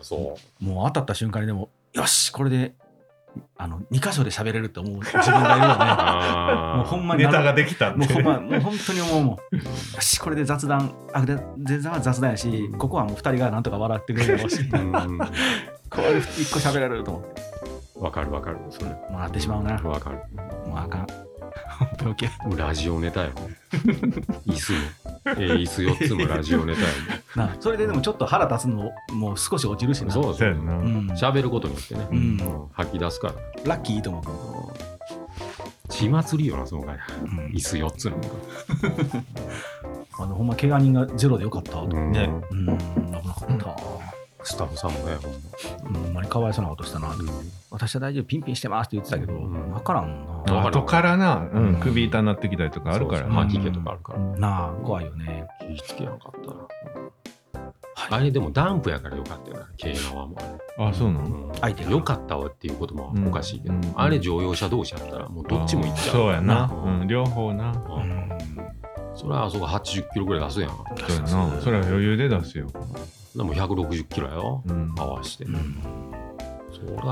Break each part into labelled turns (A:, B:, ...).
A: そ
B: もう当たった瞬間にでもよしこれであの2箇所で喋れると思う自分がい
A: う。
B: るよね
A: あー
B: もうほんまに
C: ネタができたん
B: も
C: で
B: うほんまもう本当に思うもんよしこれで雑談あで前座は雑談やしここはもう2人がなんとか笑ってくれるだろうし
A: うん
B: これ1個喋れると思って
A: わかるわかる。それ。
B: もらってしまうなも
A: わかる。
B: うあかん病気や
A: もうラジオネタよ。椅子も。えー椅子4つもラジオネタよ。
B: なそれででもちょっと腹立つのもう少し落ちるしな
A: そう
C: そ
A: そうう
C: や。んな、
B: うん、
A: 喋ることによってね、
B: うん
A: うん吐き出すから。
B: ラッキーいいと思う、
A: 血祭りよな、その回。
B: うん
A: 椅子4つの。
B: あのほんま怪我人がゼロでよかったと
A: うん
C: ね
B: うん、危なかった。
A: スタッフさんもね、ほんま
B: うん、ほんまにかわいそうなことしたな。私は大丈夫、ピンピンしてますって言ってたけど、
A: うん
B: わからんな。
A: わかる
C: 後からな、う
B: うん
C: ん、首痛なってきたりとかあるから
A: そ
C: な
A: うそう吐き気とかあるから。
B: なあ、怖いよね。
A: 気ぃつけやんかったな。あれでもダンプやからよかったよな、軽側も。
C: あそうなの、
A: うん
B: 相手が
A: よかったわっていうこともおかしいけど、
C: うん
A: あれ乗用車同士やったらもうどっちも行っちゃう。
C: そうやな、
A: うん
C: うん、両方な
B: う
A: うん
B: ん、
A: それはあそこ80キロぐらい出すやん。
C: そうやなそれは余裕で出すよ、
A: でも160キロやよ。
C: うん、
A: 合わして。
B: うん
A: そうだ。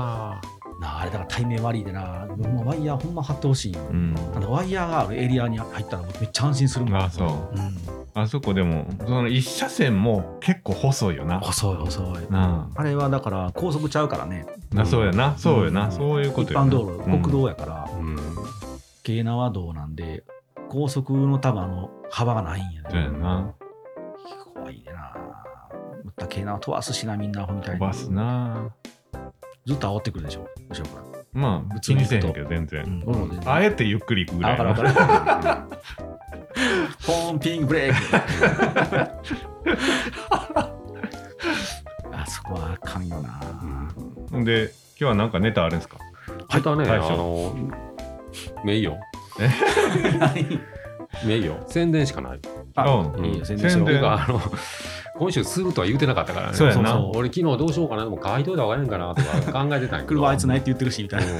B: なあ、あれだから対面悪いでな、もうワイヤーほんま張ってほしいよ。
C: うん、
B: あのワイヤーがあるエリアに入ったら僕めっちゃ安心するもん。
C: あそう
B: うん、
C: あそこでもその一車線も結構細いよな
B: 細い細い。
C: な
B: あれはだから高速ちゃうからね、
C: あなそうやなそうやな、
B: うん
C: そういうこ
B: 一
C: とやな
B: 般道路、
C: うん
B: 国道やから、
A: うん。
B: 京奈和道なんで、高速の束の幅がないんやね。
C: そうやな
B: 怖いねな。またけな飛ばすしな、みんな、ほみたい
C: 飛
B: に
C: ば。すな
B: ずっと煽ってくるでしょ、後ろから。
C: まあ気にせえへんけど全然、
B: うん俺も全然
C: あえてゆっくり行くぐら
B: あ、
C: い
B: わかるわ
C: な
B: かる。 ポンピングブレーキ。 あそこはあかんよな。
C: で今日はなんかネタあるんですか
A: またね、あ
C: 大将
A: の、名誉。 名誉。宣伝しかない。
B: あ、
C: うん
B: いいよ、宣伝しよ
C: 宣
B: う。
C: 伝
A: あの今週するとは言うてなかったからね。
C: そうやな
A: う俺昨日どうしようかな、でも書いといた方がええんかなとか考えてたんやけど。
B: 車あいつないって言ってるし、みたいな。
A: うん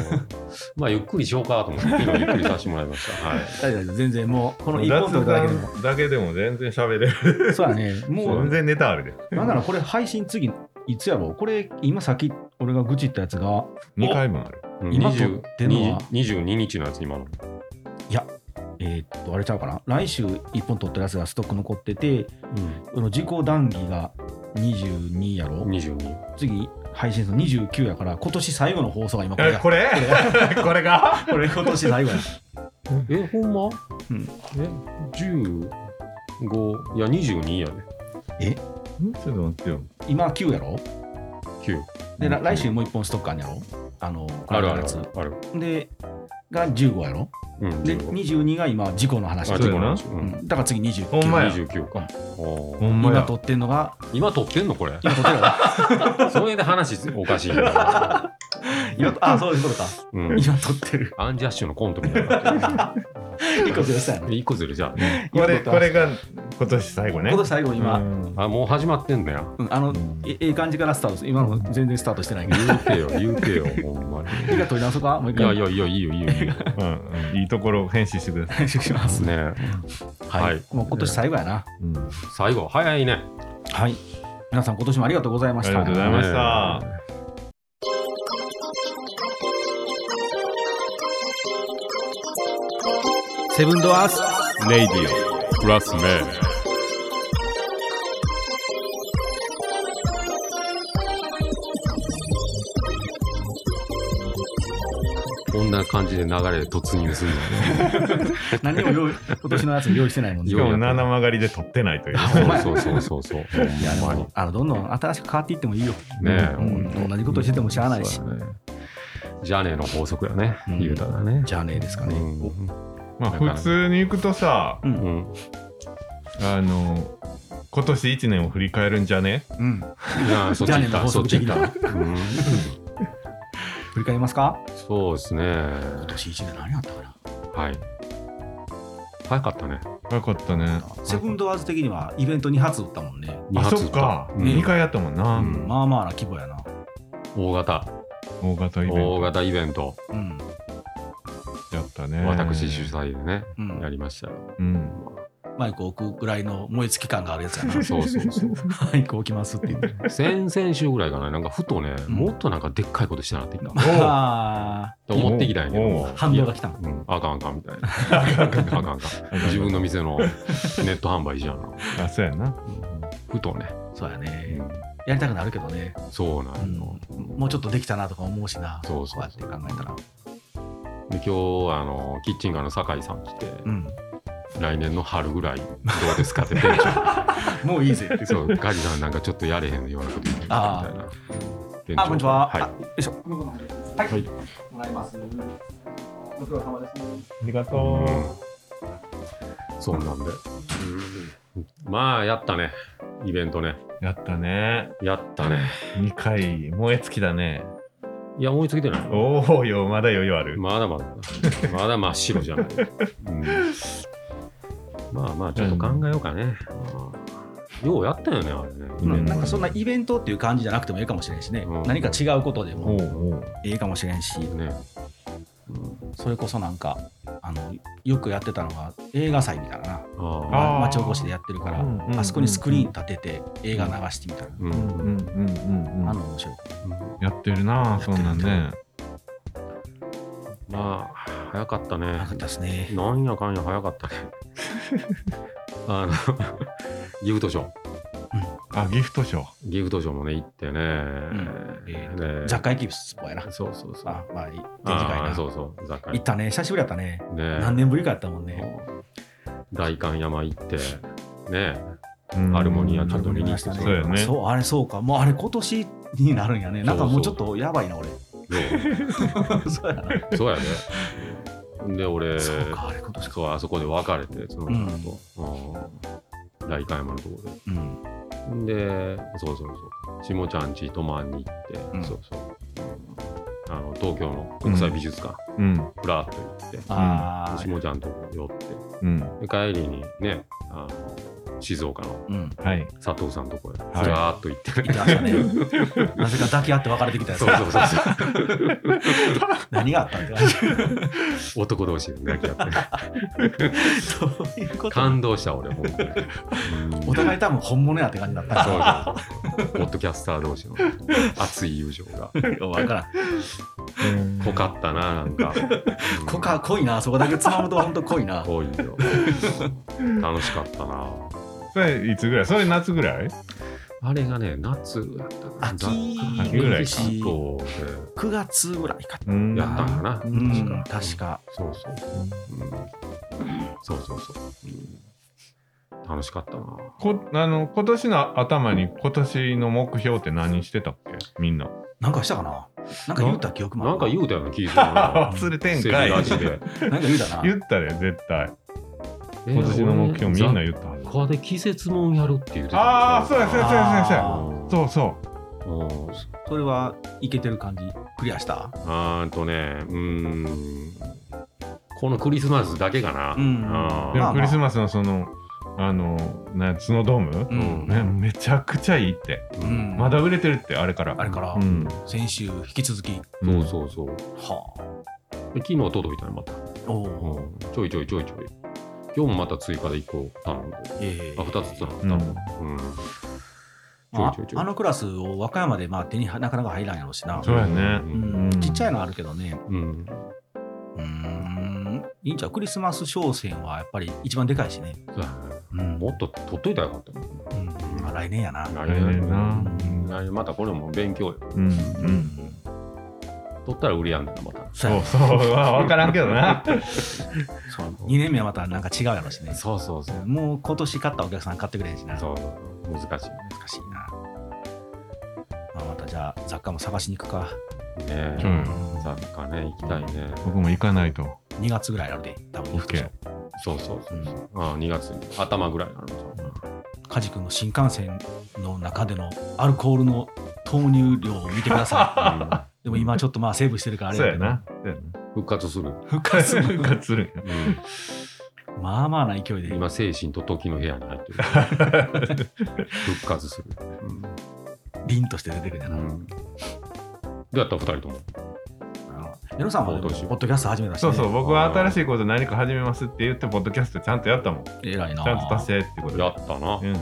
A: まあゆっくりしようかと思って、昨日ゆっくりさせてもらいました。はい。
B: 大丈夫大丈夫全然もう、こ
C: こ
B: の一本とかだけでも。
C: だけでも全然喋れる
B: そうだね。も
C: 全
B: う、
C: 然ネタあるで
B: なんならこれ配信次、いつやろうこれ、今さっき俺が愚痴ったやつが、
C: 2回分ある
A: うん
B: 今
A: 20
B: 撮ってんのは
A: 20 22日のやつ、今の。
B: いや、えーっと、あれちゃうかな、来週1本取ってるやつがストック残ってて、この自己談義が22やろ、
A: 22。
B: 次、配信数29やから、今年最後の放送が今これ
C: え
B: や。
C: これ これが
B: これ今年最後や。
A: え、ほんま
B: うん
A: え、15、いや、22やで、
C: んちょっと待ってよ
B: 今9やろ
A: 9。
B: で、ら来週もう1本ストックあんやろあの、こ
A: あ
B: の
A: るあ
B: 間の
A: る
B: や
A: あ
B: つ
A: る。ある
B: で、が15やろ
A: うん、
B: で、
A: 15
B: 22が今、事故の話
A: あ、
C: 事
A: 15
C: 故
A: な
C: な
B: うんだから次
C: ほん
B: 29。
C: まや
A: 29か。おー
C: ほんま
B: 今
C: や
B: 撮ってんのが、
A: 今撮ってんの これ。
B: 今撮ってるやろ
A: それで話おかしいな。
B: 今あ、そういうことか。
A: うん。
B: 今撮ってる。
A: アンジャッシュのコントみたいになって
B: 1個ずれしたやろ
A: る。。 一個ずれじゃ
C: こ
B: 今撮
C: れ
B: って
C: こ
B: ます
C: れが今年最後ね
B: 今年最後今、
C: うん
A: あ。あ、もう始まってんだよ。
B: うんあの、
C: うん
B: えええ感じからスタートです今の全然スタートしてない けど。
A: 言うてよ、言うてよ、ほんまに。
B: 一回取り直そうかもう一
A: いや
B: 回。
A: いやいや、いいよ、いいよ、いいよ。
C: うんうんいいところ編集してください
B: 退職します。
A: ね
B: はい。
A: はい
B: もう今年最後やな。
C: うんあ
A: 最後、早いね。
B: はい。皆さん今年もありがとうございました。
C: りがとうございました
A: ね
B: セブンドアース。
C: レイディオクラスメン
A: こんな感じで流れ突入するのね。
B: 何も用意今年のやつも用意してないもんね。
C: し
A: よ
C: か
A: うや
C: も
A: った
C: 七曲がりで撮ってないという
B: ほん まや
A: そうそうそうそうそう。
B: いやで
A: ほんまに
B: もあのどんどん新しく変わっていってもいいよ。
A: ねえ、
B: うん同じことしててもしゃあないし
A: そうだねジャネの法則やね、
B: うん
A: 言うたらね。
B: じゃあねえですかね。
C: まあ普通に行くとさ
B: うん
A: う
B: うん。
A: ん。
C: あの今年一年を振り返るんじゃね
A: いや、そっち行っ
B: ジャネの
A: た、
B: 法
A: そっ
B: 則
A: ち
B: 的
A: 行
B: な
A: った。うん
B: 振り返りますか。
A: そうですね。
B: 今年一年何やったかな。
A: はい。早かったね。
C: よかったね
B: セブンドアーズ的にはイベント2発打ったもんね。
A: 二
C: あ
A: 発
C: そ
A: 打
C: っか
A: たうん
C: 2回やったもんな
A: うん
B: まあまあな規模やな。
A: 大型、
C: 大型イベン
A: 大
C: ト
A: 型イベント、
B: うん。
C: やったね
A: 私主催でね、
B: うん
A: やりましたよ。
C: うん
B: まマイクを置くぐらいの燃え尽き感があるやつやな
A: そうそうそう。
B: マイク置きますって言って
A: 先々週ぐらいかな、なんかふとね、
B: うん
A: もっとなんかでっかいことしてなってきた。
B: あ
A: と思ってきたんやけ
C: おう
A: ど
C: おう。
B: 反動が来たの
A: うん、あかんあかんみたいな。あかんあかんあかん。自分の店のネット販売じゃん。
C: あそうやな
A: ふとね。
B: ーそうやねやりたくなるけどね、
A: そうな
B: うん
A: よ
B: ん。もうちょっとできたなとか思うしな
A: そうそう
B: こうやって考えたら
A: で今日あのキッチンカーの酒井さん来て、
B: うん
A: 来年の春 ぐらいどうですかってテンショ
B: もういいぜって
A: ンそうガジさんなんかちょっとやれへんようなこと言ってたみたいなテンション
B: あこんにちは、あ
A: は
B: よいしょはい、
A: はい
B: もらいますご苦労様です
C: ありがと
A: い、うん、そうなんで、まあやったねイベントね
C: うやったね
A: やったね
C: 2回燃え尽きだね
A: いや思いつきてない
C: おおよまだ余裕ある
A: まだまだまだ真っ白 じゃない、うんまあまあちょっと考えようかね、うんようやったよねあれねイベント
B: なんかそんなイベントっていう感じじゃなくてもいいかもしれんしね、
A: うん
B: 何か違うことで
C: お
B: も
C: うおう
B: いいかもしれんし、
A: ね
B: それこそなんかあのよくやってたのが映画祭みたいなな
A: ああ
C: あー
B: 町おこしでやってるから、
C: うんうんうんうん
B: あそこにスクリーン立てて映画流してみたいな、
A: うん
C: うんうんうん
B: あ
C: うん
B: の面白い
C: やってるなそんなんね
A: まあ早かったね
B: なかったですね
A: なんやかんや早かったね あのギフトショー
C: あギフトショー
A: ギフトショーもね行ってね、
B: えー
A: ね
B: 雑貨屋キープスポやな
A: そうそうそう
B: あまあいい展示会
A: あ
B: な
A: あそうそう雑貨
B: 行ったね久しぶりやったね
A: ね
B: 何年ぶりかやったもんね
A: 大観山行ってね
C: うん
A: アルモニアちょっと
B: アルモ
A: 見
B: ニ
A: に
B: ア
A: 行
B: し
A: って
B: たね
C: そうやね
B: そうあれそうかもうあれ今年になるんやねなんかもうちょっとやばい な俺 そうやな
A: そうやでで俺
B: そうかあれ今年か
A: そうあそこで別れてその人と、うん大観山のところで
B: うん
A: で、そうそうそう、しもちゃんち泊まんに行って、
B: うん
A: そうそう、あの東京の国際美術館、
C: うん
A: ふらっと行って、で
B: ああ
A: しもちゃんとこ寄って、
C: うん
A: で帰りにね、あの静岡の
B: うん
C: はい
A: 佐藤さんのとこへ、ふ
C: い
A: らーっと行って、
B: 行ってまし たねなぜか抱き合って別れてきたやつ
A: そうそうそうそ
B: 何があった んですか
A: う、男同士で 抱き合って、
B: そういうこと
A: 感動した俺、ほんとに。
B: お互い多分本物やって感じだった
A: そう
B: か
A: そうそうポッドキャスター同士 の熱い友情が
B: ら分からん
A: 濃かったななんか
B: こか濃いなそこだけつまむと本当濃いな
A: 多いよ楽しかったな
C: それいつぐらいそれ夏ぐらい
A: あれがね、夏やったかな。
B: 秋
C: 秋ぐらいか
A: 秋以降
B: 9月ぐらいか
C: うん
A: でやったんかな。
B: うん確か
A: そうそう。うんそうそうそう。うん楽しかったな。
C: こあの今年の頭に今年の目標って何してたっけみんな
B: なんかしたかななんか言うた記憶もあ
A: なんか
B: る
A: 言うたよね、聞いた な。
C: 忘れてん
A: セ
C: か
A: ミラ
C: い
A: ジで。
B: なんか言うたな
C: 言ったで絶対今年の目標みんな言ったはず
A: こで季節もんやるって言うて
C: ああそうやそうやそうやそうや
B: あ
C: そうそ
A: そうや。
B: それはいけてる感じクリアした
A: あーんとね、うーん。このクリスマスだけかな。
B: うん
C: う
A: あ
C: で
B: まあ
C: もクリスマスのそのあのなんやスノードーム、
A: ん
C: ね、めちゃくちゃいいって
A: ー
B: うん
C: まだ売れてるってあれから
B: あれから
C: うん
B: 先週引き続き
A: うんそうそうそう。
B: は
A: で昨日届いたね、また。
B: あおお
A: うんちょいちょいちょいちょい。今日もまた追加で1個頼んで。
B: え
A: あ、2つ頼
C: うんん
A: だ。うん。ちょい
B: あ
A: ちょいちょい
B: あのクラスを和歌山でまあ手になかなか入らんやろうしな
C: そうやね
A: う。
B: うんんちっちゃいのあるけどね
A: うん。
B: うんいいんちゃうクリスマス商戦はやっぱり一番でかいしね
A: そうやね
B: うん
A: もっと取っといたらよかったね。
B: うんまあ来年やな
A: 来
C: 来年な
A: うん来年またこれも勉強よ。
C: うん
B: うん
C: う
B: ん
A: 取ったら売りやんだな、また。
B: そ
C: そううそう分からんけど な
B: 2年目はまたなんか違うやろしね
A: そうそうそう。
B: もう今年買ったお客さん買ってくれへんしな
A: そう
B: 難
A: 難しいね
B: しいな、まあ、またじゃあ雑貨も探しに行くか、
A: ね
C: う
A: え。
C: ん
A: 雑貨ね、行きたいね。
C: 僕も行かないと
B: 2月ぐらいあるで多分
C: OK
A: そうそうそうう。
B: ん
A: あ2月に頭ぐらいになるのか
B: 梶君の新幹線の中でのアルコールの投入量を見てくださ
A: な。
B: いでも今ちょっとまあセーブしてるからあれ
C: そう
B: や
C: や
B: けど
C: なそうやな
A: うん復活する。
B: 復活する
C: 復活するんや
B: まあまあな勢いで
A: 今、精神と時の部屋に入ってる。 復活する。うん
B: 凛として出てくるんだな、
A: どうやった二人とも。
B: あの矢野さんはでも
A: 今年
B: ポッドキャスト始めました、
C: そ
B: ね、
C: うそう、僕は新しいこと何か始めますって言って、ポッドキャストちゃんとやったもん。ち
B: 偉いな
C: ゃんと達成ってことで
A: や。ったな
C: う。ん。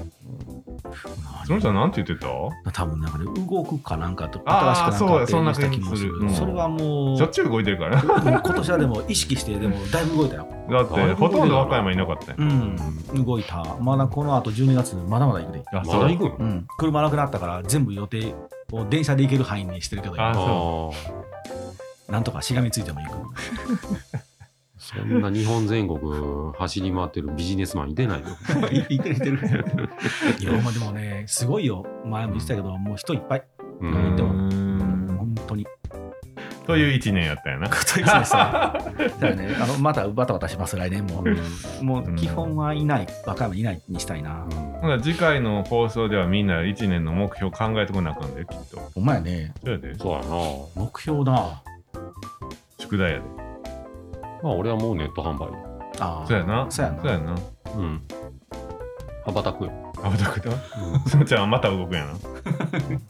B: 何
C: その人はなんて言ってた
B: 多分なんかね動くかなんかと新しくなん
C: あー
B: かって
C: そう
B: 言
C: や
B: ってた気もす
C: そんな
B: る
C: 気もす
B: そ
C: る
B: れはもう
C: しょっちゅう動いてるからな。
B: でも今年はでも意識してでもだいぶ動いたよ
C: だって、ほとんど和歌山いなかったよ。
B: うん動いたまだこの後12月まだまだ行くで
C: あ、
A: まだ行く
B: うんん車なくなったから全部予定を電車で行ける範囲にしてるけど
C: あ
A: あ
C: そ
A: ー
B: なんとかしがみついても 行く
A: そんな日本全国走り回ってるビジネスマンいてないよ。
B: いいてるいてる。いや、まあでもね、すごいよ。前も言ってたけど、もう人いっぱい。
A: う
C: うん
B: でも
C: ん
B: 本当に。
C: という一年やったよな。
B: そうですね だからね、あのまたバタバタします、来年も。もう基本はいない、若いもいないにしたいな。
C: ほな次回の放送ではみんな一年の目標考えてこなあかんで、きっと。
B: お前ね、
C: そうやで。
A: そうやな。
B: 目標だ。
C: 宿題やで。
A: まあ俺はもうネット販売。
B: あー
C: そうやな。
B: そうやな。
C: そうやな。
A: うん。羽ばたくよ。
C: あ、またくだ。すのちゃんはまた動くやな。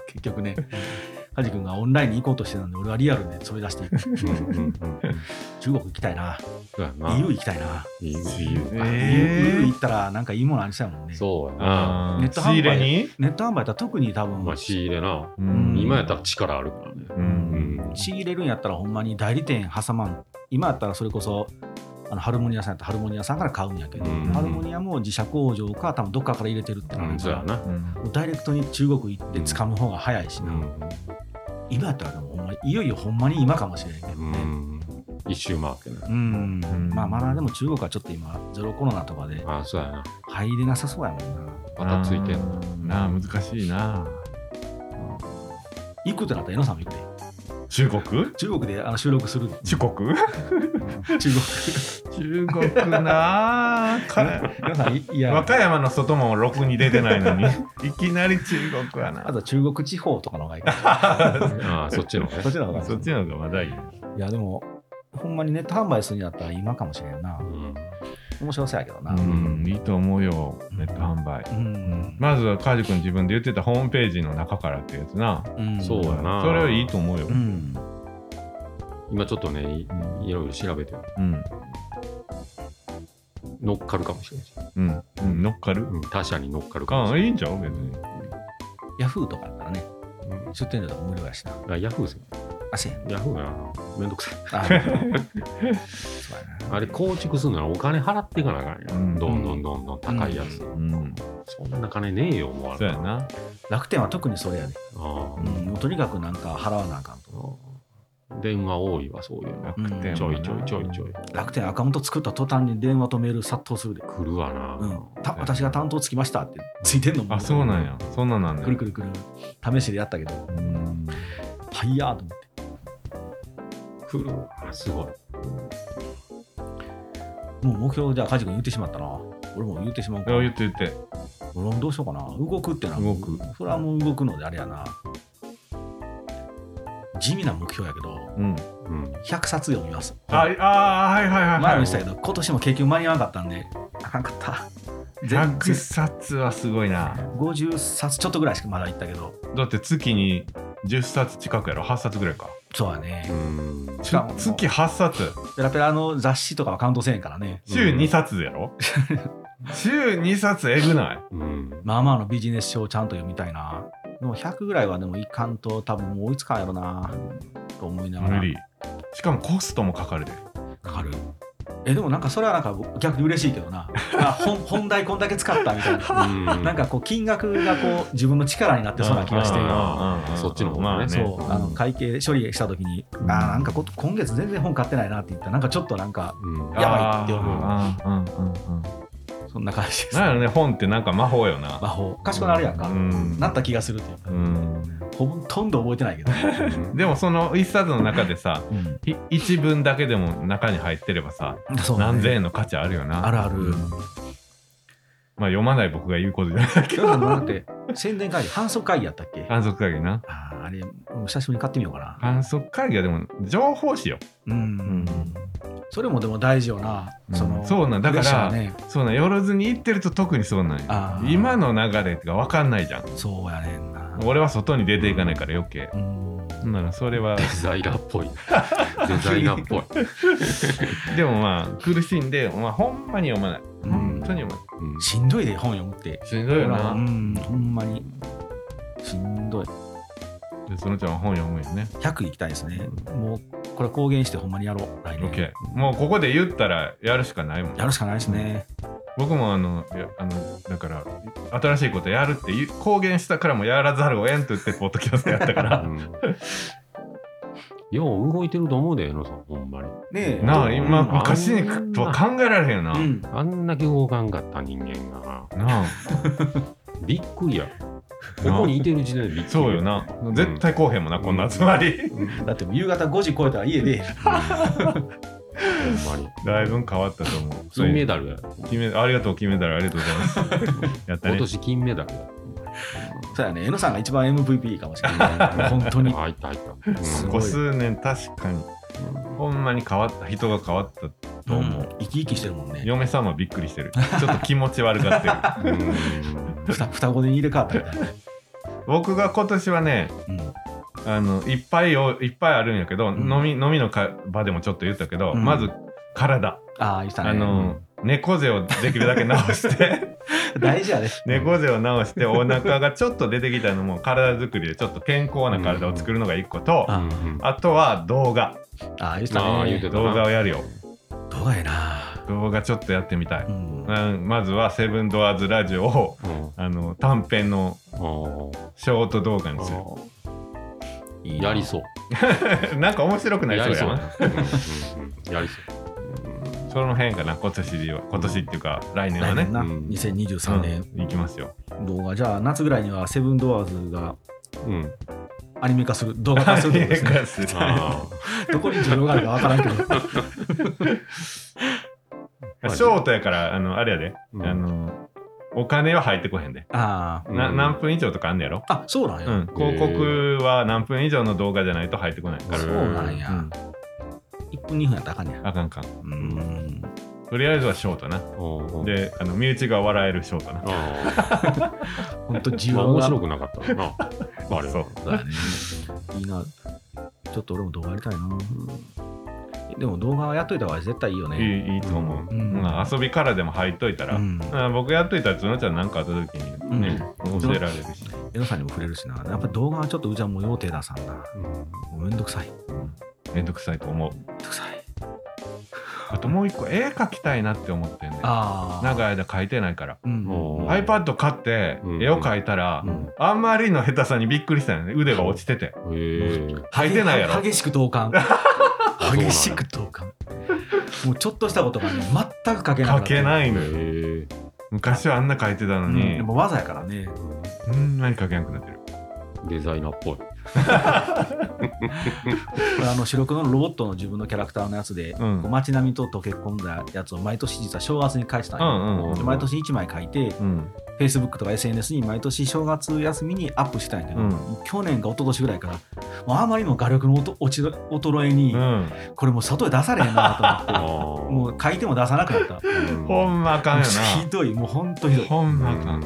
B: 結局ね、カジ君がオンラインに行こうとしてたんで、俺はリアルでそれ出していく。
A: うんうんうんうん
B: 中国行きたいな。
A: そうやな。
B: EU 行きたいな。
A: いいよいいよ
C: え
B: EU 行ったら、なんかいいものありそうやもんね。
A: そうやな。
C: あ
B: ネッ
C: ー
B: ト
C: 仕
B: 販売
C: 入れに
B: ネット販売やったら特に多分、
A: まあ仕入れな。
C: う
B: うん
A: 今やったら力あるからね。
C: う。
A: うんん。
B: 仕入れるんやったらほんまに代理店挟まん今やったらそれこそあのハルモニアさんやったらハルモニアさんから買うんやけど、
A: うん
B: ハルモニアも自社工場か多分どっかから入れてるってな
A: う
B: る
A: ん、
B: か
A: そう
B: ら、
A: やな。
C: うん
B: もうダイレクトに中国行って掴む方が早いしな、今やったらでもほんまにいよいよほんまに今かもしれんけどね、
A: うん。一周回ってね。
B: うん
C: ん
B: まあまだでも中国はちょっと今ゼロコロナとかで
A: ああ、そうやな。
B: 入れなさそうやもんな
A: バタついてんの。
C: あーなあ、難しいな。
B: 行くってなったら江野さんも行くで
C: 中 国
B: 中国であの収録するで
C: 中国
B: 中国
C: 中国なあか
B: 江野さんいいや
C: 和歌山の外もろくに出てない のにいきなり中国は
B: あ
C: な
B: とは中国地方とかの方がいい
A: ああ、そっちのね。
B: そっちの方がいい
C: そっちの方がまだいい
B: いやでもほんまにネット販売するんやったら今かもしれんな
A: うん
B: 面白そうやけどな
C: う
B: うん
C: いいと思うよネット販売
B: ん、
C: まずは梶君自分で言ってたホームページの中からってやつな
B: うん
A: そうやな
C: それはいいと思うよ
B: う、ん
A: 今ちょっとね、いいろいろ調べて、
C: うん
A: 乗っかるかもしれないし。
C: うんうん、乗っかる
A: うん他社に乗っかるかもし
C: あ
A: れない。
C: いいんちゃう別に
B: ヤフーとかだったらね
A: うん
B: 出店料とか無料やしな
A: あヤフーですよ。
B: あせやん
A: ヤフーやな。めんどくさい。
B: あそうやな
A: あれ、構築するならお金払っていかなあかんや、
C: う
A: ん。
C: ん
A: どんどんどんどん高いやつ。
C: うん
A: そんな金ねえよ、思わ
C: そう
A: れ
C: やな
B: 楽天は特にそれやで、
A: あ
B: うん、もうとにかくなんか払わなあかんと
A: あ電話多いわ、そういうの。
C: 楽天
A: ちょいちょいちょいちょ
C: い
A: い。
B: 楽天アカウント作った途端に電話とメール殺到するで、
A: 来るわな。
B: うん、た私が担当つきましたってついてんのも
C: あそうなんやそんなんなんね
B: くるくるくる試しでやったけど
C: うん
B: はいやーと思って
A: 来るわ。すごい。
B: もう目標じゃあ梶君言ってしまったな俺も言ってしまうか
C: あ言って言って
B: 俺もどうしようかな動くってな
C: 動く
B: それはもう動くのであれやな地味な目標やけど
C: うん
A: うん。
B: 100冊読みます
C: ああーはいはいはいはい
B: 前も言ってたけど今年も結局間に合わなかったんであかんかった全
C: 100冊はすごいな
B: 50冊ちょっとぐらいしかまだいったけど
C: だって月に10冊近くやろ8冊ぐらいか
B: そうやね
A: うん。
B: しかも
C: 月8冊
B: ペラペラの雑誌とかはカウントせえへんからね
C: 週2冊やろ、 週2冊えぐない
A: うん。
B: まあまあのビジネス書をちゃんと読みたいなでも100ぐらいはでもいかんと多分もう追いつかんやろなと思いながら
C: 無理しかもコストもかかるで
B: かかるえでもなんかそれはなんか逆に嬉しいけどなあ本本題こんだけ使ったみたい ななんかこう金額がこう自分の力になってそうな気がして
A: うんうん
C: そ
A: そっちの方がねん
B: そうあの会計処理した時にあーなんかこ今月全然本買ってないなって言ったらなんかちょっとなんか
A: うん。
B: やばいって思う
C: 思うんうんうんうん
B: そんな感じです
C: なんやろね本ってなんか魔法よな
B: 魔法賢くなるやんか、
C: うん
B: なった気がするっていうか、
C: うん
B: ほとんど覚えてないけど、
C: でもその1冊の中でさ
B: うん
C: い一文だけでも中に入ってればさ
B: そうね
C: 何千円の価値あるよな
B: あるある
C: まあ読まない僕が言うことじゃない け
B: で
C: ど
B: もだって宣伝会議反則会議やったっけあ
C: 反則会議な
B: ーあれもう久しぶりに買ってみようかな
C: 反則会議はでも情報誌よ
B: うん、それもでも大事よな、
C: うん
B: その
C: そうなんだか
B: プレ
C: ら
B: ッシャーね
C: そうなんよろずに行ってると特にそうなん
B: あ
C: や
B: ー
C: 今の流れが分かんないじゃん
B: そうやねんな
C: 俺は外に出ていかないから余計
B: うん
C: ならそれは
A: デザイナーっ ぽい。デザイナーっぽい。
C: でもまあ苦しいんで、まあ、ほんまに読まない
B: うん
C: 本当に読まない
A: うん
B: しんどいで本読むって
C: しんどいよ
B: う
C: なん
B: ほんまにしんどい
C: でそのちゃんは本読むよね
B: 100いきたいですねもうこれ公言してほんまにやろう来年
C: OK もうここで言ったらやるしかないもん
B: やるしかないですね
C: 僕もあのいやあのだから新しいことやるって言う公言したからもうやらざるをえんと言ってポッドキャストやった から
A: うんよう動いてると思うで、えのさん、ほんまに。
B: ねえ
C: なあ
A: うん
C: 今昔にくとは考えられへんよな、
B: うん
A: あんだけ動かんかった人間が、
C: なあ
A: びっくりや。ここにいてる時点でびっくり。
C: そうよな絶対こうへんもんな、こんな集まり
A: うん。うん
B: だってもう夕方5時超えたら家 で
A: ほんまに。
C: だいぶん変わったと思う
A: 金メダルや。
C: 金メダルありがとう金メダルありがとうございます やった
A: 今
C: ね
A: 年金メダルや。
B: そうやねえのさんが一番 MVP かもしれない本当に
A: 入った入った。うん
B: す
C: こ
B: ごい
C: こ数年確かにほんまに変わった人が変わったと思う、
B: 生き生きしてるもんね
C: 嫁さんもびっくりし てるちょっと気持ち悪がってる
A: うん
B: ふた双子で入れ替 わったみたいな、
C: 僕が今年はね
B: うん
C: あのいっぱいをいっぱいあるんやけど、
B: ん
C: 飲み飲みのか場でもちょっと言ったけど、
B: うん
C: まず体、
B: ああ言ってたね
C: あの、猫背をできるだけ直して
B: 大事やね
C: 猫背を直してお腹がちょっと出てきたのも体作りでちょっと健康な体を作るのが一個と、
B: うん
A: うん
C: あとは動画
B: ああ言ってたね
A: ああ言うてた
C: 動画をやるよ
B: どうがええな、
C: 動画ちょっとやってみたい、
B: うん
C: うんまずは「セブンドアーズラジオ」を
A: うん
C: あの短編の
A: あ
C: ショート動画にする
A: ーやりそう。
C: なんか面白くなり
A: や
C: そう
A: り
C: や
A: そう
C: な。
A: うんうんやりそう。
C: その辺かな今年は今年っていうか来年は
B: 来
C: ね
B: 年な、
A: うん
B: 2023年、
C: うん、行きますよ
B: 動画じゃあ夏ぐらいにはセブンドアーズが
A: うん。
B: アニメ化する動画化するってことです ね
A: あ
B: どこに需要があるかわからんけど
A: はい
C: ショートやからあのあれやで、
A: うん
C: あのお金は入ってこへんで、
B: ああ
C: な
A: うん
C: 何分以上とかあんねやろ、
B: あそうなんや、
C: うん、広告は何分以上の動画じゃないと入ってこないか
B: そ
C: ら、
B: うなんや、
C: うん
B: 1分2分やったらあかんねや
C: あかんかん
B: うん
C: とりあえずはショートな
A: あ。うん、
C: であの身内が笑えるショートな
A: あ
B: 本当
A: あ、
B: 需
A: まあ、
B: 要
A: 面
B: が
A: 白くなかったな。あれ
C: そう
A: は。
B: そうやねいいなちょっと俺も動画やりたいな、でも動画はやっといた方が絶対いいよ
C: い
B: ね
C: いいいと思う、
B: う
C: うんん遊びからでも入っといたら、
B: うん
C: うん僕やっといたらつのちゃん何かあった時にね、教えられるし
B: 江野さんにも触れるしなやっぱ動画はちょっとうちはもう用手出さんなもうめんどくさい
C: めんどくさいと思う
B: めんどくさい
C: あともう一個絵描きたいなって思ってんね
B: あ
C: 長い間描いてないから
B: うん
A: もう
C: iPad 買って
A: うん
C: 絵を描いたら、
B: うん
C: あんまりの下手さにびっくりしたよね腕が落ちてて
A: うん。へえ。
C: 履いてないやろ
B: 激しく同 感
A: うなんや
B: 激しく同感もうちょっとしたことがね全く書けな
C: 描けない
A: へ
C: のよ
A: え。
C: 昔はあんな描いてたの
B: うん
C: に、
B: でも技やからね
C: そんなに描けなくなってる
A: デザイナーっぽい。
B: これあの白黒のロボットの自分のキャラクターのやつで、
C: うん
B: こう街並みと溶け込んだやつを毎年実は正月に書いてたん
C: う
B: よ、
C: んうん
B: で
C: うん
B: 毎年1枚書いて
C: うん
B: Facebook とか SNS に毎年正月休みにアップしてたんやけど、
C: うん
B: 去年か一昨年ぐらいからもうあまりの画力のおと落ち衰えに、
C: うん
B: これもう外へ出されへんなと
A: ああ。
B: 思っ てもう書いても出さなくなった
A: うん
C: ほんまあかんよ
B: ひどいもうほんとひど
C: ないほん
A: う
C: まあかん、
A: ん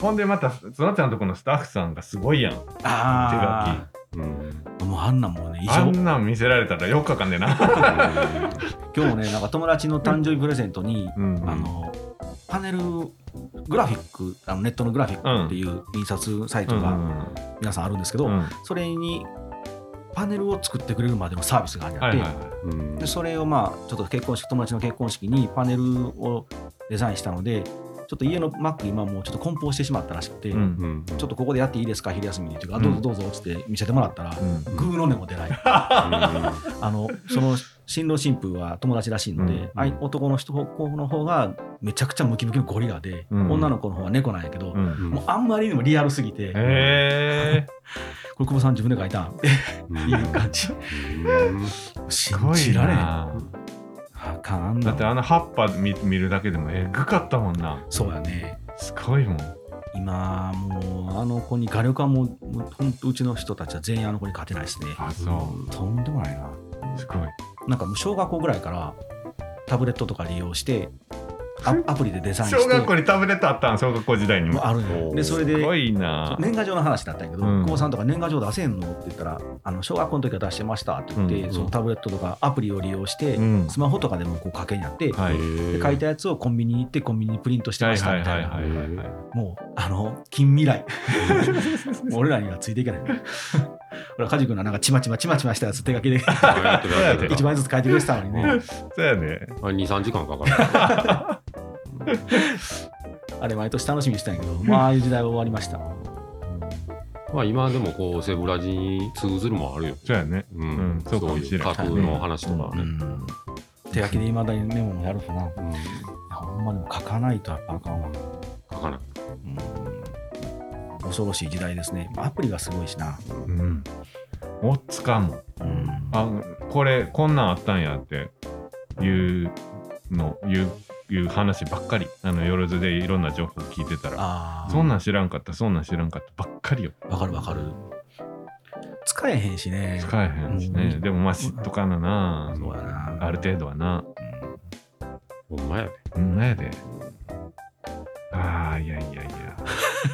C: ほんでまたそのちゃんとこのスタッフさんがすごいやん
B: あ
A: うん。
B: あもうあんなんもうね異
C: あ
B: 常
C: んなん見せられたら4日間でな、
B: 今 日もねなんか友達の誕生日プレゼントに、
C: うん
B: あのパネルグラフィックあのネットのグラフィックっていう印刷サイトが皆さんあるんですけど、
C: うん
B: それにパネルを作ってくれるまでのサービスがあって、
C: はいはいはい
A: うん
B: でそれをまあちょっと結婚式友達の結婚式にパネルをデザインしたのでちょっと家のマック今もうちょっと梱包してしまったらしくて、
C: うん
A: うん。
B: ちょっとここでやっていいですか昼休みにっていうか、
C: うん
B: どうぞどうぞっつって見せてもらったら、
C: うん
B: グーの音も出ないあのその新郎新婦は友達らしいので、
C: うん
B: あい男の人の方がめちゃくちゃムキムキのゴリラで、
C: うん
B: 女の子の方は猫なんやけど、
C: うん
A: うん
B: もうあんまりにもリアルすぎて、こ
C: へえ
B: れ久保さん自分で書いたんって
A: うん
B: いう感じ
A: うん
B: 信
C: すご
B: じ
C: い
B: られへん
C: な
B: あかんあん
C: だ
B: な
C: っ
B: ん
C: てあの葉っぱ見見るだけでもえぐかったもんな
B: そうやね
C: すごいもん
B: 今もうあの子に画力はもうもうほんとうちの人たちは全員あの子に勝てないですね
C: あそ
B: とんでもないな
C: うすごい
B: なんかもう小学校ぐらいからタブレットとか利用してアアプリでデザインして
C: 小学校にタブレットあったん小学校時代に
B: もう
C: も
B: あるのよでそれ
C: す
B: で
C: ごいな
B: 年賀状の話だったんやけど、
C: うん
B: 高3とか年賀状出せんのって言ったら、あの小学校の時は出してましたって言って、
C: うん
B: そのタブレットとかアプリを利用して、
C: うん
B: スマホとかでもこうかけになって、
C: はい
B: で書いたやつをコンビニに行って、コンビニにプリントして
C: は
B: ま
C: い
B: した
C: はい
B: みたいな、
C: はいはいはいはい
B: もうあの近未来、もう 俺らにはついていけない。俺は梶君のなんかちまちまちまちましたやつ手書きで
A: やってたやって
C: うん
A: た
B: 一枚ずつ書いてくれてたのにね、
C: そうやね
A: あれ23時間かかる
B: あれ毎年楽しみにしてたんやけど、まあああいう時代は終わりました。
A: まあ今でもこうセブラジに通ずるもんあるよ、
C: そうやね
A: うん
C: うんそう
A: そ
C: かも
A: う
C: しれ
A: いうん架空の話とか
B: う
A: ね、
B: ん手書きでいまだにメモもやるかな。い
A: うん
B: やほんまでも書かないとやっぱあかんわ。
A: 書かない
B: うん恐ろしい時代ですね。アプリがすごいしな。
C: うんおっつかんもん
B: うん
C: あこれこんなんあったんやっていうのいういう話ばっかりあのよろずでいろんな情報聞いてたら
B: あ
C: そんなん知らんかったそんなん知らんかったばっかりよ
B: あ、わかるわかる。使えへんしね。
C: 使えへんしね、
B: うん
C: でもまあ知っとかなな、
B: そうやな。
C: ある程度はな
A: ほんまやで
C: うんなんやでああいやいやい や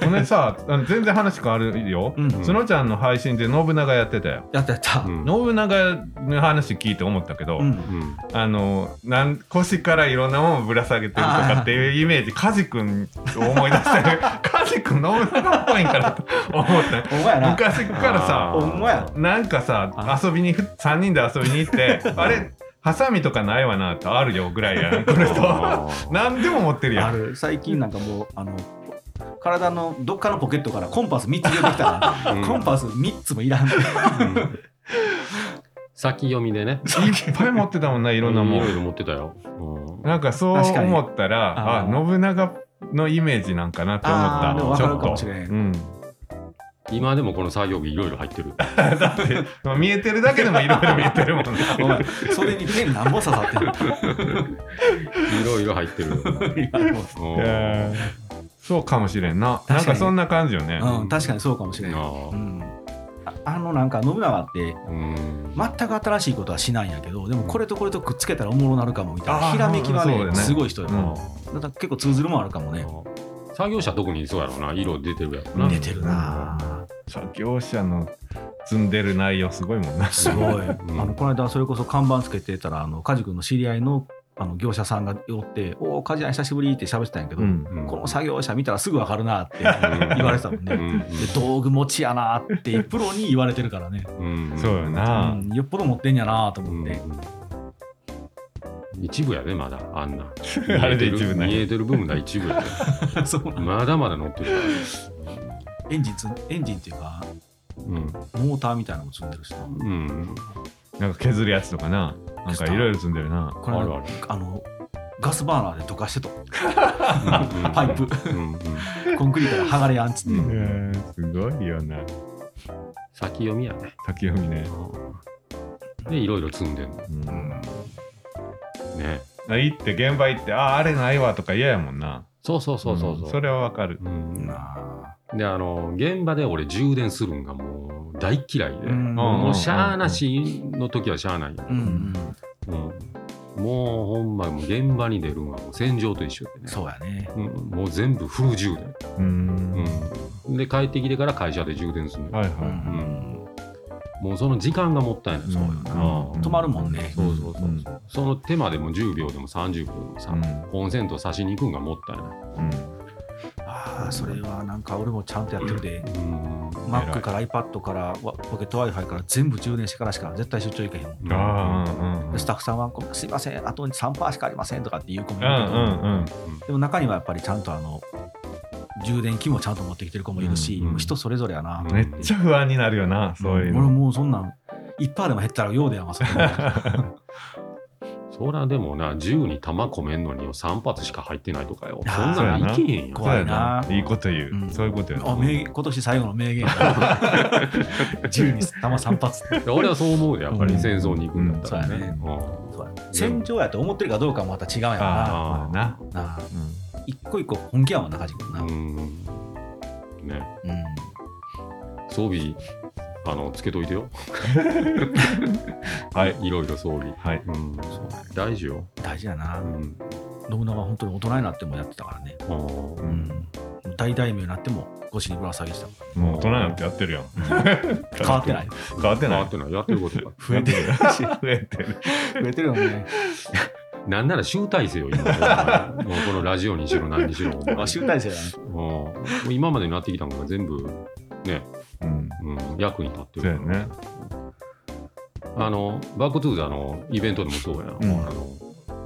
C: これさあの全然話変わるよ、
B: うん。うん
C: そのちゃんの配信で信長やってたよ
B: やったやった。
A: うん
C: 信長の話聞いて思ったけど、
B: う
A: う
B: ん
A: ん
C: あのなん腰からいろんなものぶら下げてるとかっていうイメージ梶君を思い出して る梶君信長っぽいんかなと思った
B: ほんまやな。
C: 昔からさ
A: あー
B: ほんまや
C: なんかさ
B: あ
C: 遊びに3人で遊びに行って あれハサミとかないわなってあるよぐらいやんこの人 何でも持ってるや
B: あ
C: ん
B: る。最近なんかもう、あの、体のどっかのポケットからコンパス3つ入れてきたか
A: う
B: ら、
A: ん
B: コンパス3つもいら
A: う
B: ん。
A: ん先読みでね
C: いっぱい持ってたもんないろんなも
A: いろいろ
C: ん
A: 持ってたよ、うん
C: なんかそう
B: 確かに
C: 思ったら
B: あ
C: あ
B: ー
C: 信長のイメージなんかなって思
B: あーでも
C: っ
B: わ
C: た
B: か
C: ち
B: る
C: ょ
B: かも
C: っ
B: し
C: と、
B: れん
C: うん、
A: 今でもこの作業着いろいろ入ってる
C: だって見えてるだけでもいろいろ見えてるもん ね
B: お前、それにペン何本刺さってる
A: いろいろ入ってるよ
C: いやーそうかもしれんな。
B: かに
C: なんかそんな感じよね。
B: うん、確かにそうかもしれん。
A: あ
B: うんああのなんか信長って
A: うん
B: 全く新しいことはしないんやけどでもこれとこれとくっつけたらおもろなるかもみたいな
C: あー
B: ひらめきは
C: そうだ
B: ね
C: よね
B: すごい人よ、
C: うん
B: だから結構通ずるもんあるかもね、
A: 作業者特にそうやろうな色出てるやろ
C: う
A: なん
B: 出てるな
C: 作業者の積んでる内容すごいもんな。
B: すごい、
A: ん
B: あのこの間それこそ看板つけてたらあの梶君の知り合いのあの業者さんがおって「おお梶谷久しぶり」って喋ってたんやけど、
C: うん。
A: うん
B: この作業者見たらすぐ分かるなって言われてたもんね、
A: うんうん
B: で道具持ちやなってプロに言われてるからね、
A: うん
C: そうよな。
B: うんよっぽど持ってんやなと思って、
A: うん一部やでまだあんな
C: あれで一部ない
A: 見えてる部分だ一部やで
B: そうなん
A: まだまだ乗ってる
B: エンジンつエンジンっていうか
A: うん
B: モーターみたいなのも積んでるしな
A: うん
C: なんか削るやつとかな。なんかいろいろ積んでるな。
B: これ
A: あるある
B: あのガスバーナーで溶かしてとパ
A: パ
B: イプ
A: うんうん
B: コンクリートが剥がれやんっつって、
A: う
C: え
A: ん
C: ーすごいよな。
A: 先読みやね
C: 先読みね。
A: でいろいろ積んでんの
C: うん
A: ね
C: あ行って現場行って、ああ、あれないわとか嫌やもんな。
A: そうそうそうそううん
C: それはわかる。
A: うん
B: な
A: であの現場で俺充電するんがもう大嫌いで、
B: うん
A: もうしゃーなしの時はしゃーないよ
B: あ、うんうん、
A: うんもうほんまもう現場に出るんはもう戦場と一緒でね
B: そうやね
A: うん、もう全部フル充電、
C: うん。
A: うん、で帰ってきてから会社で充電するのよ
C: はいうは
B: ん、
A: もうその時間がもったいない
C: い。
B: そうよ
A: な
B: 止まるもんね
A: そうそうそう、
C: うん
A: その手までも10秒でも30秒でもさ、
C: うん
A: コンセント差しに行くんがもったいない
C: うん
B: ああそれはなんか俺もちゃんとやってるで、
A: うん、
B: Mac から iPad からわポケット Wi-Fi から全部充電してからしか絶対出張行けへんもん
C: ああ、うんうん。
B: スタッフさんはこう「すいませんあと3%しかありません」とかって言う子もいるけど、
C: うんうんうん。
B: でも中にはやっぱりちゃんとあの充電器もちゃんと持ってきてる子もいるし、
A: うんうん
B: 人それぞれやな、
A: うん
C: めっちゃ不安になるよな、そういう
B: 俺
C: の。
B: もうそんなん1%でも減ったらようでやまそれ
A: そらでもな銃に弾込めんのによ3発しか入ってないとかよ
B: あー
A: そんなんいけへんよ
B: そう怖いな
C: そうやいいこと言う、
B: うん
C: そういうこと言う
B: あ名今年最後の名言1に弾3発
A: いや俺はそう思うでやっぱり戦争に行くんだったらね,、
B: うんうん
A: うん
B: そうや戦場やと思ってるかどうかもまた違うやろな
C: ああな、
B: なあ一個一個本気やもんな梶君な、うん
A: うんね装備あのつけといてよ
C: はい
A: いろいろ装備、
C: はい
A: うん、大事よ、
B: 大事やな、
A: うん
B: 信長は本当に大人になってもやってたからね、
A: うん
C: う
B: うんん、大大名になっても腰にぶら下げてたか
C: もう大人になってやってるやん
B: ら変わってない
C: 変わって
A: 変
C: な
A: わ
C: い
A: ってないやってることが
B: 増えてる
C: 増えてる
B: 増えてるよね
A: なんなら集大成よ今もうこのラジオにしろ何にしろほんまに
B: あ集大成だね
A: うんもう今までになってきたものが全部、
C: うん
A: うん、役に立って
C: そうや
A: る
C: ね
A: あのバックトゥーザのイベントでもそうやん、
C: うん
A: あの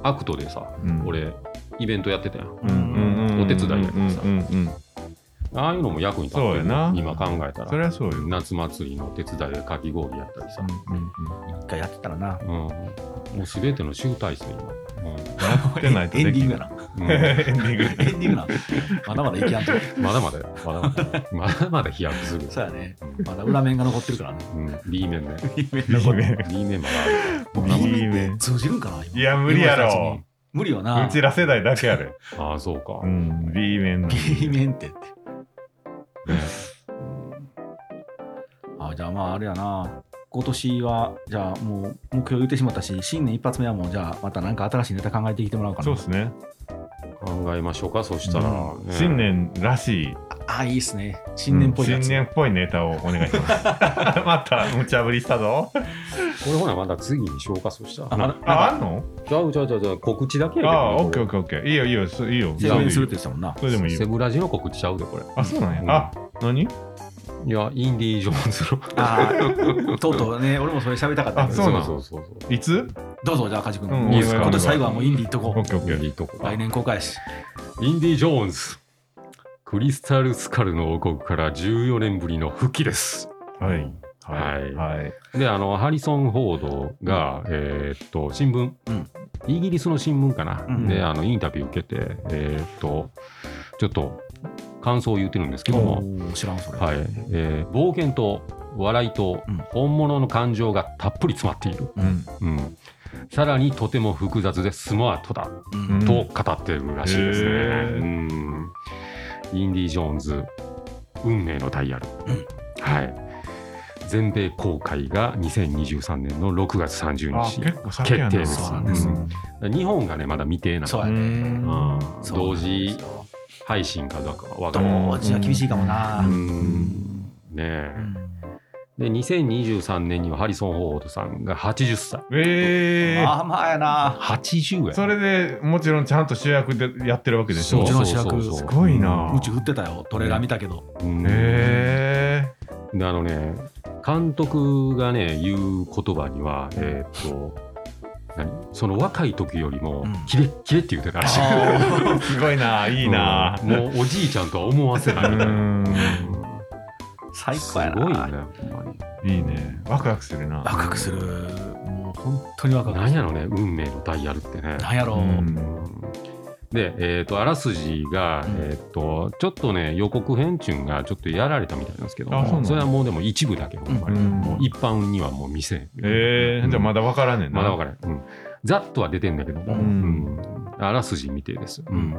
A: アクトでさ、
C: うん
A: 俺イベントやってたやん
C: うんうんうん
A: お手伝いやからさ
C: うんうんうん
A: ああいうのも役に立って
C: そうや
A: る
C: な
A: 今考えた
C: そ
A: ら
C: れはそうよ
A: 夏祭りの手伝いでかき氷やったりさ、
C: うんうんうん
B: 一回やってたらな
A: うん、もうすべての集大成今、
C: やってないと
B: エ
C: で
B: ン
C: き
B: デ
C: ない
B: ィングやな
A: うん
C: エン
A: う
C: ディング
B: エンディングなまだまだいきやんと
A: んまだまだよまだまだまだまだ飛躍する
B: そうやねまだ裏面が残ってるからね
A: うん、B 面ね
B: B 面
C: B 面
A: B 面まだある
C: もう
A: まだまだ
C: B 面
B: 通じるんかな今
C: いや無理や
B: 今の人
C: ろ
B: たちに無理よな
C: うちら世代だけやで
A: ああそうか、
C: うん、B 面の
B: B 面ってって
A: ね
B: あじゃあまああれやな今年はじゃあもう目標言ってしまったし新年一発目はもうじゃあまた何か新しいネタ考えてきてもらおうかな
C: そうですね。
A: 考えましょうかそしたら、
B: う
A: ね
C: 新年らしい、
B: あいいっすね新年っぽいや
C: うん
B: つ、
C: 新年っぽいネタをお願いします。また無茶ぶりしたぞ。
A: これほなまだ次に消化そしたら
B: あまだ
A: な
C: あ、あんの
A: ちゃうちゃうちゃうちゃう告知だけやけ
C: あ
A: ど
C: あ、オ
A: こ
C: ッケー
A: れ
C: オッケーオッケー。いいよいいよ、すいいよ。
B: 宣伝するって言ってたもんな
C: それでもいい
A: セ
C: よ。
A: ブラジの告知ちゃうでこれ
C: あ、そうなん
A: うん
C: や。あ、何
A: いやインディ・ージョーンズの
B: あーとうとうね俺もそれ喋りたかったけど
C: あそうなの
A: そうそうそう
C: いつ
B: どうぞじゃあ梶君、
C: うん
A: いいですか
B: 今年最後はもうインディーと
C: オ
B: こ
C: ッケーオッ
A: い
C: ケ
A: や
C: ー。
A: いいとこ
B: 来年公開やし
A: インディ・ジョーンズクリスタル・スカルの王国から14年ぶりの復帰です
C: はい。
A: はい
C: はい。
A: であのハリソン・フォードが、えーっと新聞、
B: うん
A: イギリスの新聞かな、
B: うん
A: であのインタビュー受けて、えーっとちょっと感想を言ってるんですけども、
B: おー知らんそれ、
A: はいえー冒険と笑いと
B: うん
A: 本物の感情がたっぷり詰まっている、
C: うん。
A: うん、さらにとても複雑でスマートだ
B: うん
C: うん
A: と語ってるらしいですね、
C: へー
A: うんインディ・ジョーンズ運命のダイヤル、
B: うん
A: はい全米公開が2023年の6月30
C: あ、
A: 日
C: 結構先やな。
A: 決定です
B: そうなんです
A: う日本がねまだ未定な
B: そう
A: の
B: やね
C: うん
A: うん
B: そう
A: 同
B: なんです
A: 時
B: よ
A: 配信かどうかは分かんない
B: 同時は厳しいかもな、
A: う
B: うん
A: んねえ、で2023年にはハリソン・フォードさんが80歳
C: えー。
B: まあまあやな
A: 80や
C: それでもちろんちゃんと主役でやってるわけでし
A: そ
C: ょ
A: う
B: もちろん主
A: そう
B: 役
A: そうそう
C: すごいな
B: うち振ってたよトレーラー見たけど、
A: うん
C: へ
A: であのね監督がね言う言葉にはえーっと何その若い時よりも
B: うん
A: キレッキレって言ってたらしい、
C: ー。すごいな。いいな。
A: うんもうおじいちゃんとは思わせないみたいな、うん
B: 最
A: す
B: 高
A: ご
B: やない
A: よねほんまに
C: いいね。ワクワクするな。
B: ワクワクするもう本当にワクワク
A: 何
B: す
A: やろね運命のダイヤルってね
B: るなんやろう、
C: うん
A: で、えー、とあらすじが、
B: うん
A: えー、とちょっとね予告編中がちょっとやられたみたいなんですけど
C: あそうな
A: も
C: の
A: それはもうでも一部だけほんまに、
C: うん
A: もう一般にはもう見せん
C: えー、じゃあまだ分からんねんな。
A: まだ分からない、うん、ざっとは出てんだけども、
B: う
C: うん
A: うんあらすじ未定です、うん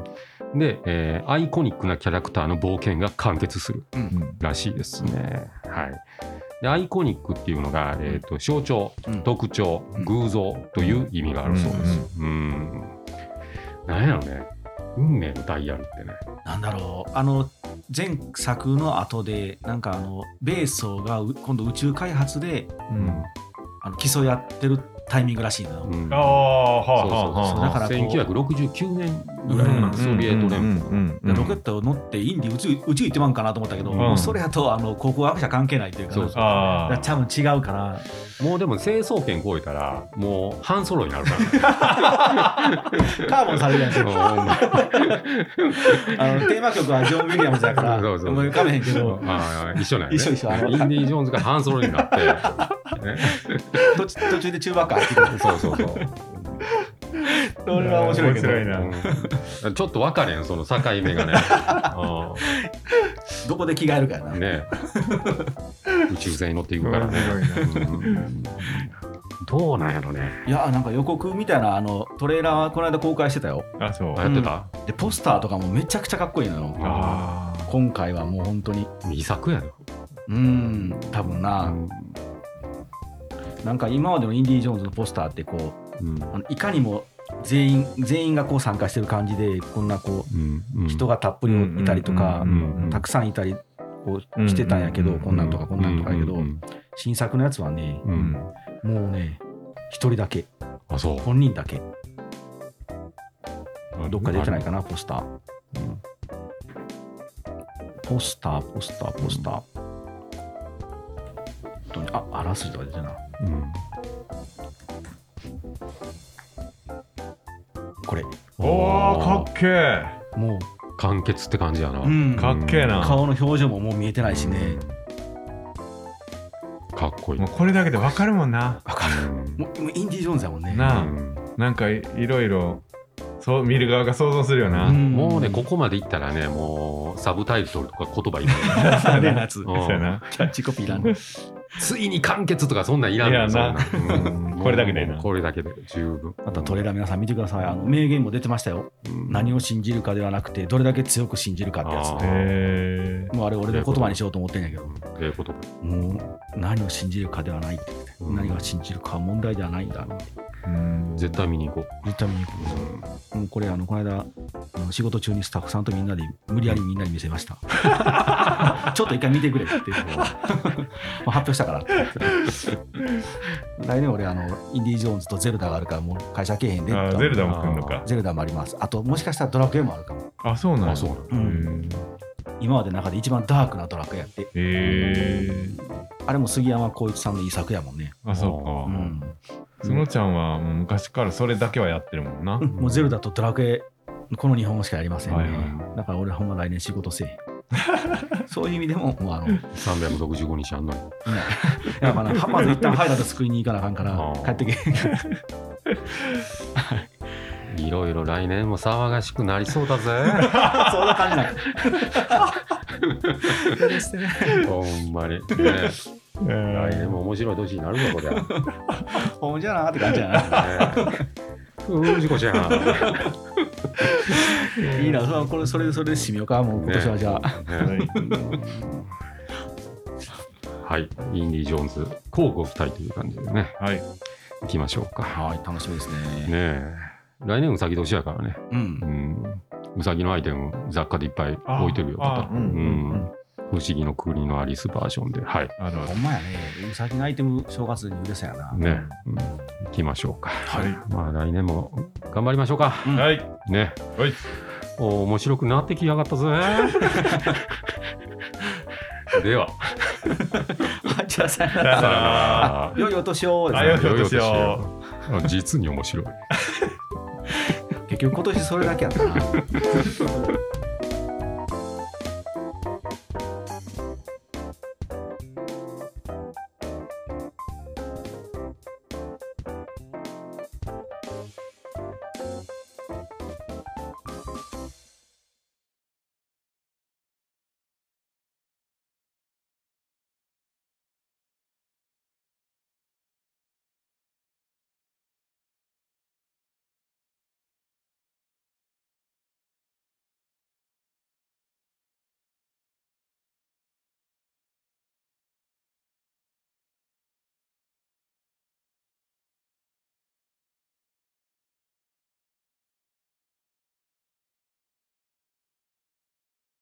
A: で、えーアイコニックなキャラクターの冒険が完結する
C: うん
A: らしいですね、はいでアイコニックっていうのが、えー、と象徴
B: うん
A: 特徴、
B: うん
A: 偶像という意味があるそうです。うん。なんやろね。運命のダイヤルってね。
B: なんだろうあの前作の後でなんかあの米ソがう今度宇宙開発で
C: うん
B: あの競い合ってるタイミングらしいのよ、
A: うん
C: ああ、はあ
A: そうそう
C: は
A: そ
C: あ
A: う。だ
C: は
B: だ
C: あ。
A: から
B: から
A: 1969年ぐらいか
B: う
A: なんソビエト連邦。
C: 邦
B: でロケット乗ってインディ宇宙宇宙行ってまうんかなと思ったけど、
A: うん
B: もうそれやとあの高校学者関係ないというかな
A: そうそう
C: あ
B: だから多
C: あ。
B: 分違うから
A: もうでも成層圏超えたらもう半ソロになるからね。
B: カーボンされるやんけど
A: あ
B: あのテーマ曲はジョン・ウィリアムズやから
A: そうそう
B: 思い浮かべへんけど
A: あ一緒なんや、ね。
B: 一緒一緒あの
A: インディ・ジョーンズが半ソロにな って。ね、
B: 途中途中で中ばっか入ってくる
A: そうそうそう。
B: それは面白いけど
C: 面白いな
A: うんちょっと分かれんその境目がね。うん
B: どこで着替えるかやな、
A: ね宇宙船に乗っていくからね。うんどうなんやろね。
B: いやなんか予告みたいなあのトレーラーこの間公開してたよ
C: あ、そう。
A: やってた、
B: でポスターとかもめちゃくちゃかっこいいのよ
C: ああ。
B: 今回はもう本当に
A: 遺作やろ。
B: うん多分
A: う
B: な、
A: ん
B: なんか今までのインディ・ジョーンズのポスターってこう
A: うん
B: あのいかにも全員全員がこう参加してる感じでこんなこう人
A: が
B: がたっぷりいたりとか
C: うんうんうんうん
B: たくさんいたりこうしてたんやけど
C: うんうんうん
B: こんなんとかこんなんとかやけど新作のやつはね
C: うん
B: もうね一人だけ
A: あそう
B: 本人だけどっか出てないかなポスター、うんポスターポスターポスター、本当にああらすじとか出てるな
A: うん
B: これ
C: おーかっけえ
B: も
A: 完結って感じやな
B: う、うん、
C: か
B: 顔
C: っけえな
B: の表情ももう見えてないしね
A: かっこいい
C: もうこれだけでわかるもんな
B: わかる
A: うん
B: もうもうインディ・ジョーンズだもんね
C: なあ
A: うん
C: なんかいいろいろそう見る側が想像するよ な、
B: うん
A: もうねここまでいったらねもうサブタイトルとか言葉いらん
B: あれのやつ
A: うん
C: そうやな
B: キャッチコピーなんで
A: ついに完結とかそんなんいらんの
C: いらんな
A: そんなんうん
C: これだけでな
A: これだけで十分
B: またトレーラー皆さん見てくださいあの名言も出てましたよ何を信じるかではなくてどれだけ強く信じるかってやつ
A: あ
C: へえ
B: もうあれ俺の言葉にしようと思ってんやけど
A: うんええ言葉
B: もう何を信じるかではないって
A: うん
B: 何が信じるかは問題ではないんだな
C: うん
A: 絶対見に行こう
B: 言った見に行く
A: うん
B: もうこれあのこの間あの仕事中にスタッフさんとみんなで無理やりみんなに見せました ちょっと一回見てくれって言って もう発表した からって来年俺あのインディ・ージョーンズとゼルダがあるからもう会社けえへんでって
C: あゼルダも来んのか
B: ゼルダもありますあともしかしたらドラクエもあるかも
C: あそうなんや
A: あそうなの
B: う
C: うんん
B: 今までの中で一番ダークなドラクエやって
C: へえ
B: あれも杉山浩一さんの遺作やもんね
C: あそうか、
B: う、
A: うん
C: そのちゃんはもう昔からそれだけはやってるもん な。
B: もうゼルダとドラクエこの2本しかやりませんね、
C: はいはい
B: だから俺ほんま来年仕事せえへんそういう意味でももうあの
A: 365日あんのに
B: ね、い やまあなまず一旦ハイラート救いに行かなあかんから
A: あー
B: 帰ってけ
A: いろいろ来年も騒がしくなりそうだぜ
B: そんな感じなん やですね
A: ほんまにね
C: え
A: 来
C: ー
A: 年も面白い年になるぞこりゃね
B: ほんじゃなって感じやな
A: うん事故じゃん
B: いいなそうこれそれでそれで締めようかもう今年はじゃあ、
A: ねはいインディ・ジョーンズ交互期待という感じでね
C: はい。
A: いきましょうか
B: はい楽しみです
A: ね
B: ね
A: え来年うさぎ年やからね
B: うん
A: うんうさぎのアイテム雑貨でいっぱい
C: あ
A: 置いてるよ
C: あ
A: また
C: うんうんうん
A: 不思議の国のアリスバージョンではい
C: あるあ
B: ほ
C: る。
B: んまやねうさぎのアイテム正月に売れそうやな、
A: ね、うん、行きましょうか
C: は
A: まあ来年も頑張りましょうか
B: うん
C: い。はい。
A: ね
C: はい。
A: お面白くなってきやがったぜ では
B: はい じゃあさよな
C: さよ
B: ら
C: なら。
B: 良いお年をです
C: あ
B: ね
C: よいお年を
A: あ実に面白い
B: 結局今年それだけやったな